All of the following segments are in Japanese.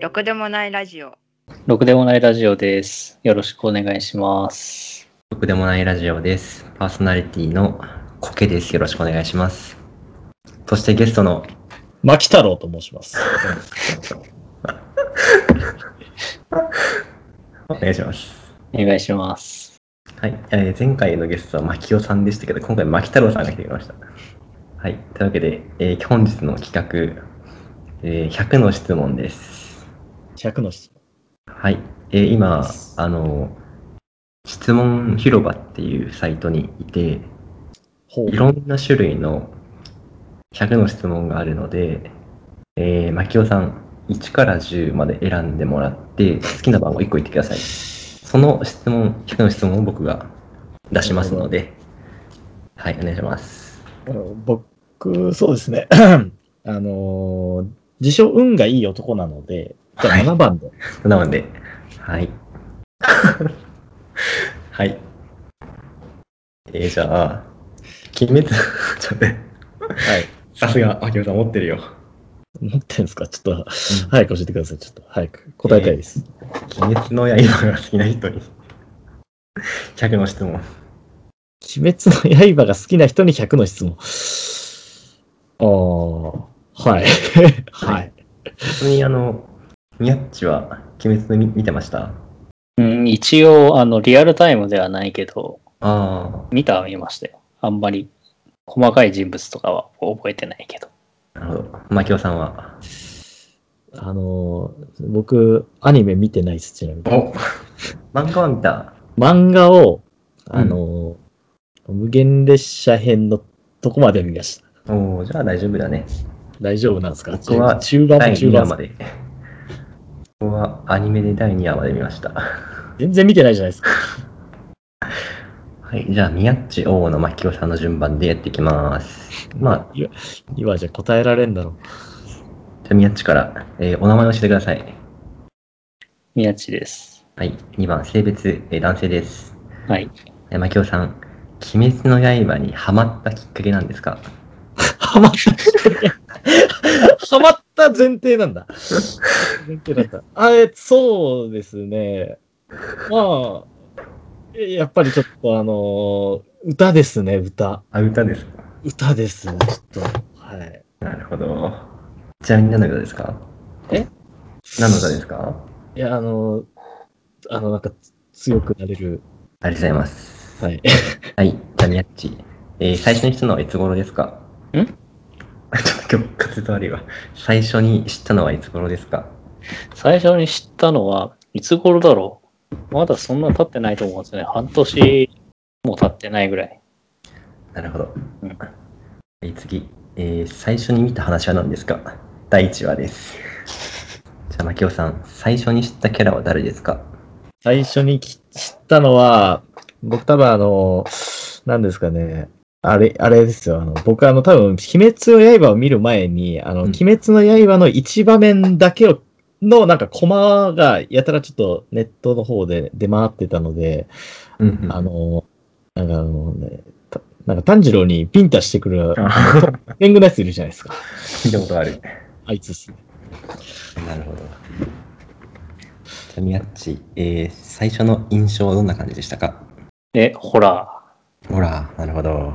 ろくでもないラジオ。ろくでもないラジオです。よろしくお願いします。僕でもないラジオです。パーソナリティのコケです。よろしくお願いします。そしてゲストの、牧太郎と申します。お願いします。 お願いします。はい。えー前回のゲストは牧尾さんでしたけど、今回牧太郎さんが来てくれました。はい。というわけで、えー本日の企画、えー100の質問です。 100の質問。はい。えー今、あの、質問広場っていうサイトにいて、ほいろんな種類の100の質問があるので、えー、牧雄さん、1から10まで選んでもらって、好きな番号1個言ってください。その質問、100の質問を僕が出しますので、はい、お願いします。うん僕、そうですね。 あのー自称運がいい男なので、じゃあはい7番で。なので、はい。 はい。えー、じゃあ、鬼滅、ちょっとね、はい。さすが、牧雄さん持ってるよ。持ってるんですかちょっと、早く教えてください。ちょっと、早く答えたいです。鬼滅の刃が好きな人に、100の質問。鬼滅の刃が好きな人に100の質問。ああ、はい。はい。ちなみにあの、ニャッチは鬼滅の見見てましたうん、一応、あの、リアルタイムではないけど、あ見たは見ましたよ。あんまり細かい人物とかは覚えてないけど。あ、なるほど。マキオさんは。あのー僕、アニメ見てないです、ちなみに。お漫画は見た。漫画を、あの、無限列車編のとこまで見ました。おおじゃあ大丈夫だね。大丈夫なんですか僕は中盤第も中2話盤まもで。僕はアニメで第2話まで見ました。全然見てないじゃないですか。はい、じゃあ、ニャッチ王のマキオさんの順番でやっていきます。まあ、今じゃ答えられんだろじゃあ、ニャッチから、えーお名前を教えてください。宮地です。はい、2番、性別、えー男性です。はい。えー、マキオさん、鬼滅の刃にハマったきっかけなんですかう。ハマった。ハマった前提なんだ。前提だった。あえ、そうですね。まあ、えやっぱりちょっとあのー歌ですね、歌。あ、歌ですか歌です、ちょっと。はい。なるほど。ちなみに何の歌ですかえ何の歌ですかいや、あのーあの、なんか、強くなれる。ありがとうございます。はい。はい、ジャニアッチ。えー最初にしたのはいつ頃ですかん ちょっと今日活動悪いわ。最初に知ったのはいつ頃ですか最初に知ったのは、いつ頃だろうまだそんな経ってないと思うんですよね。半年も経ってないぐらい。なるほど。うんえー次、えー最初に見た話は何ですか第1話 です。じゃあ、マキオさん、最初に知ったキャラは誰ですか最初にき知ったのは、僕多分あの、何ですかね。あれ、あれですよ。あの、僕あの多分、鬼滅の刃を見る前に、あの、うん鬼滅の刃の一場面だけを、のなんかコマがやたらちょっとネットの方で出回ってたので、うんうあの、なんかあのね、たなんか炭治郎にピンタして くる、レングのやついるじゃないですか。聞いたことある。あいつっすね。なるほど。じゃあ、ミヤッチ、えー最初の印象はどんな感じでしたかで、ホラほら、なるほど。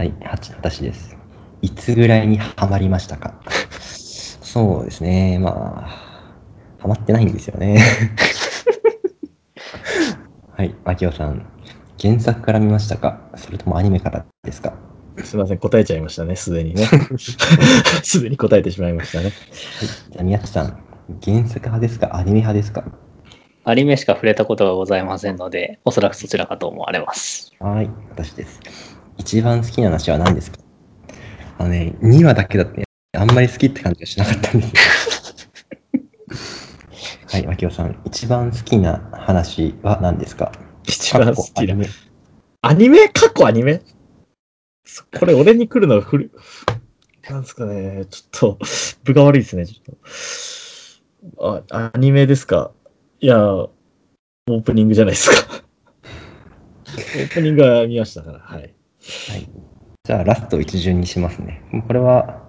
はい、はち私です。いつぐらいにハマりましたか そうですね、まあ、ハマってないんですよね。 はい、秋尾さん、原作から見ましたかそれともアニメからですかすいません、答えちゃいましたね、すで にね。 すでに答えてしまいましたね。じゃあ、宮地さん、原作派ですかアニメ派ですかー。アニメしか触れたことがございませんので、おそらくそちらかと思われます。はい、私です。一番好きな話は何ですかあのね、2話だけだって、あんまり好きって感じがしなか ったんですよ。はい、脇尾さん、一番好きな話は何ですか一番好過去アきニなメアニメ過去アニメそこれ俺に来るのは古いなんですかね、ちょっと、部が悪いですね、ちょっと。あ、アニメですかいや、オープニングじゃないですか。オープニングは見ましたから、はい。じゃあ、ラスト一巡にしますね。もうこれは、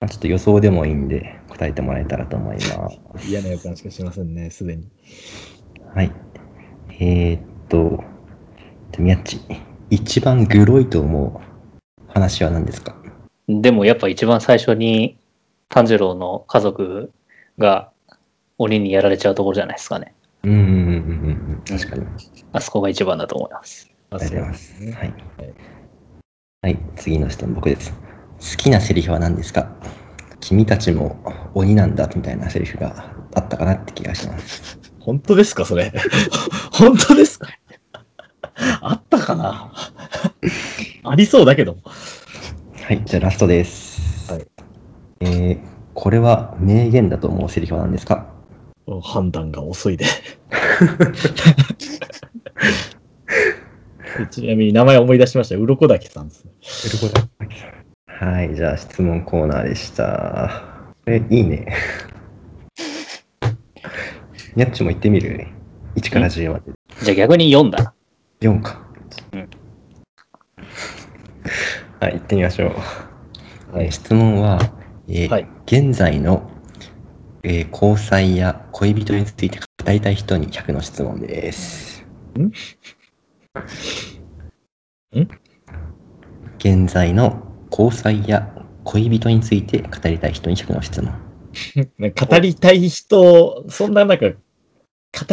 まあちょっと予想でもいいんで、答えてもらえたらと思います。嫌な予感しかしませんね、すでに。はい。えー、っと、じゃあ宮地、一番グロいと思う話は何ですかでもやっぱ一番最初に炭治郎の家族が鬼にやられちゃうところじゃないですかね。うんうんうんうんうん、確かに。あそこが一番だと思います。あありがとうございます。そうですはねい。はい、次の質問、僕です。好きなセリフは何ですか君たちも鬼なんだみたいなセリフがあったかなって気がします。本当ですか、それ。本当ですかあったかなありそうだけど。はい、じゃあラストです。はい。えー、これは名言だと思うセリフは何ですか判断が遅 いで。ちなみに名前思い出しました。鱗滝さんです。はい、じゃあ質問コーナーでした。え、いい ね。ニャッチも行ってみる ?1 から10まで。じゃあ逆に読んだな。 4か。うん はい、行ってみましょう。はいえー質問は、えーはい現在の、えー交際や恋人について語りたい人に100の質問です。んん現在の交際や恋人について語りたい人に100の質問。語りたい人、そんななんか、語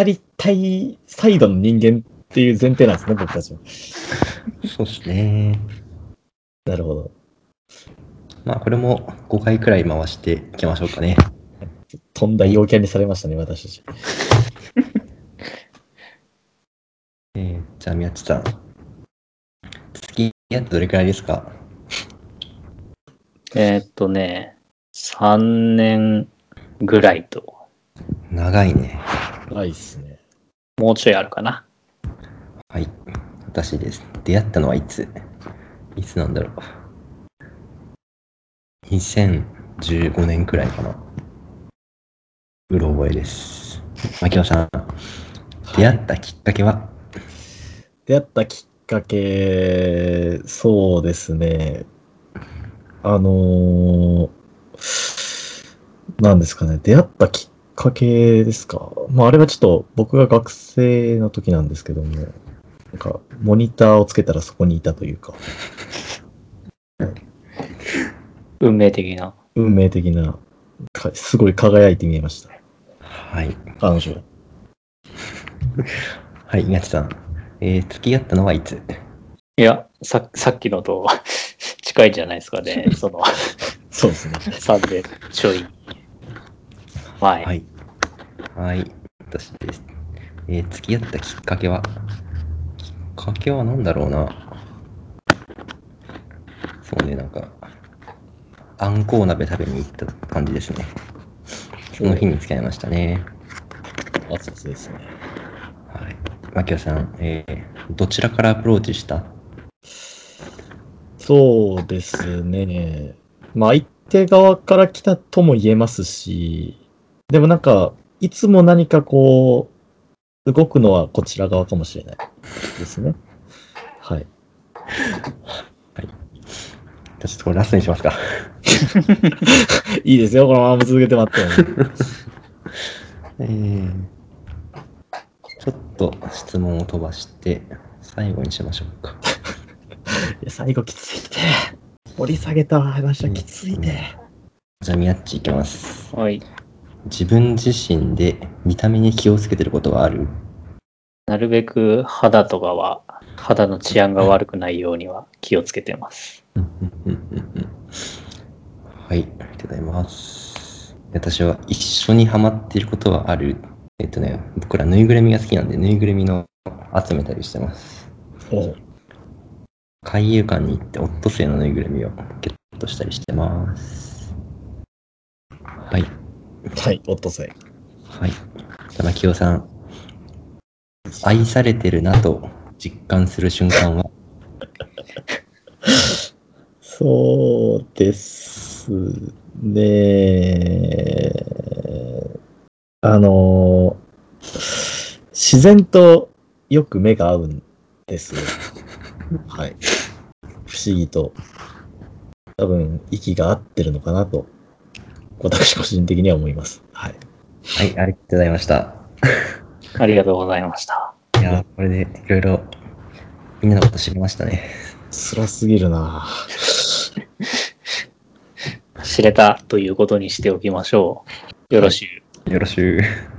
りたいサイドの人間っていう前提なんですね、僕たちは。そうですね。なるほど。まあ、これも5回くらい回していきましょうかね。飛んだ陽キャにされましたね、私たち。えーじゃあ、宮地さん。付き合ってどれくらいですかえーっとね、3年ぐらいと、長いね。ないっすね。もうちょいあるかな。はい。私です。出会ったのはいついつなんだろう。2015年くらいかな。うろ覚えです。牧野さん、出会ったきっかけは、出会ったきっかけ、そうですね。あのー、なんですかね。出会ったきっかけですか。まあ、あれはちょっと僕が学生の時なんですけども、なんか、モニターをつけたらそこにいたというか、運命的な。運命的な、かすごい輝いて見えました。はい。彼女。はい、宮地さん。えー、付き合ったのはいついや、ささっきのと 近いんじゃないですかね。そのそうですね。 3年ちょい前。はい。はい。私です。えー、付き合ったきっかけはきっかけは何だろうな。そうね、なんか、あんこう鍋食べに行った感じですね。その日に付き合いましたね。あ、そうですね。はい。マキオさん、えー、どちらからアプローチしたそうですね。まあ、相手側から来たとも言えますし、でもなんか、いつも何かこう、動くのはこちら側かもしれないですね。はい。じゃあちょっとこれラストにしますか。いいですよ、このまま続けてもらって も。 えー、ちょっと質問を飛ばして、最後にしましょうか。いや最後きついて。掘り下げた話はきついて。じゃあ、ミヤッチいきます。はい。自分自身で見た目に気をつけてることはあるなるべく肌とかは、肌の治安が悪くないようには気をつけてます。はい、ありがとうございます。私は一緒にハマっていることはある。えっとね、僕らぬいぐるみが好きなんで、ぬいぐるみの集めたりしてます。おう海遊館に行ってオットセイのぬいぐるみをゲットしたりしてます。はい、はい、オットセイ。はい。玉木雄さん、愛されてるなと実感する瞬間はそうですね。あの、自然とよく目が合うんですよ。はい。不思議と。多分、息が合ってるのかなと私個人的には思います。はい。はい、ありがとうございました。ありがとうございました。いやー、これでいろいろみんなのこと知りましたね。辛すぎるな知れたということにしておきましょう。よろしゅう。よろしゅう。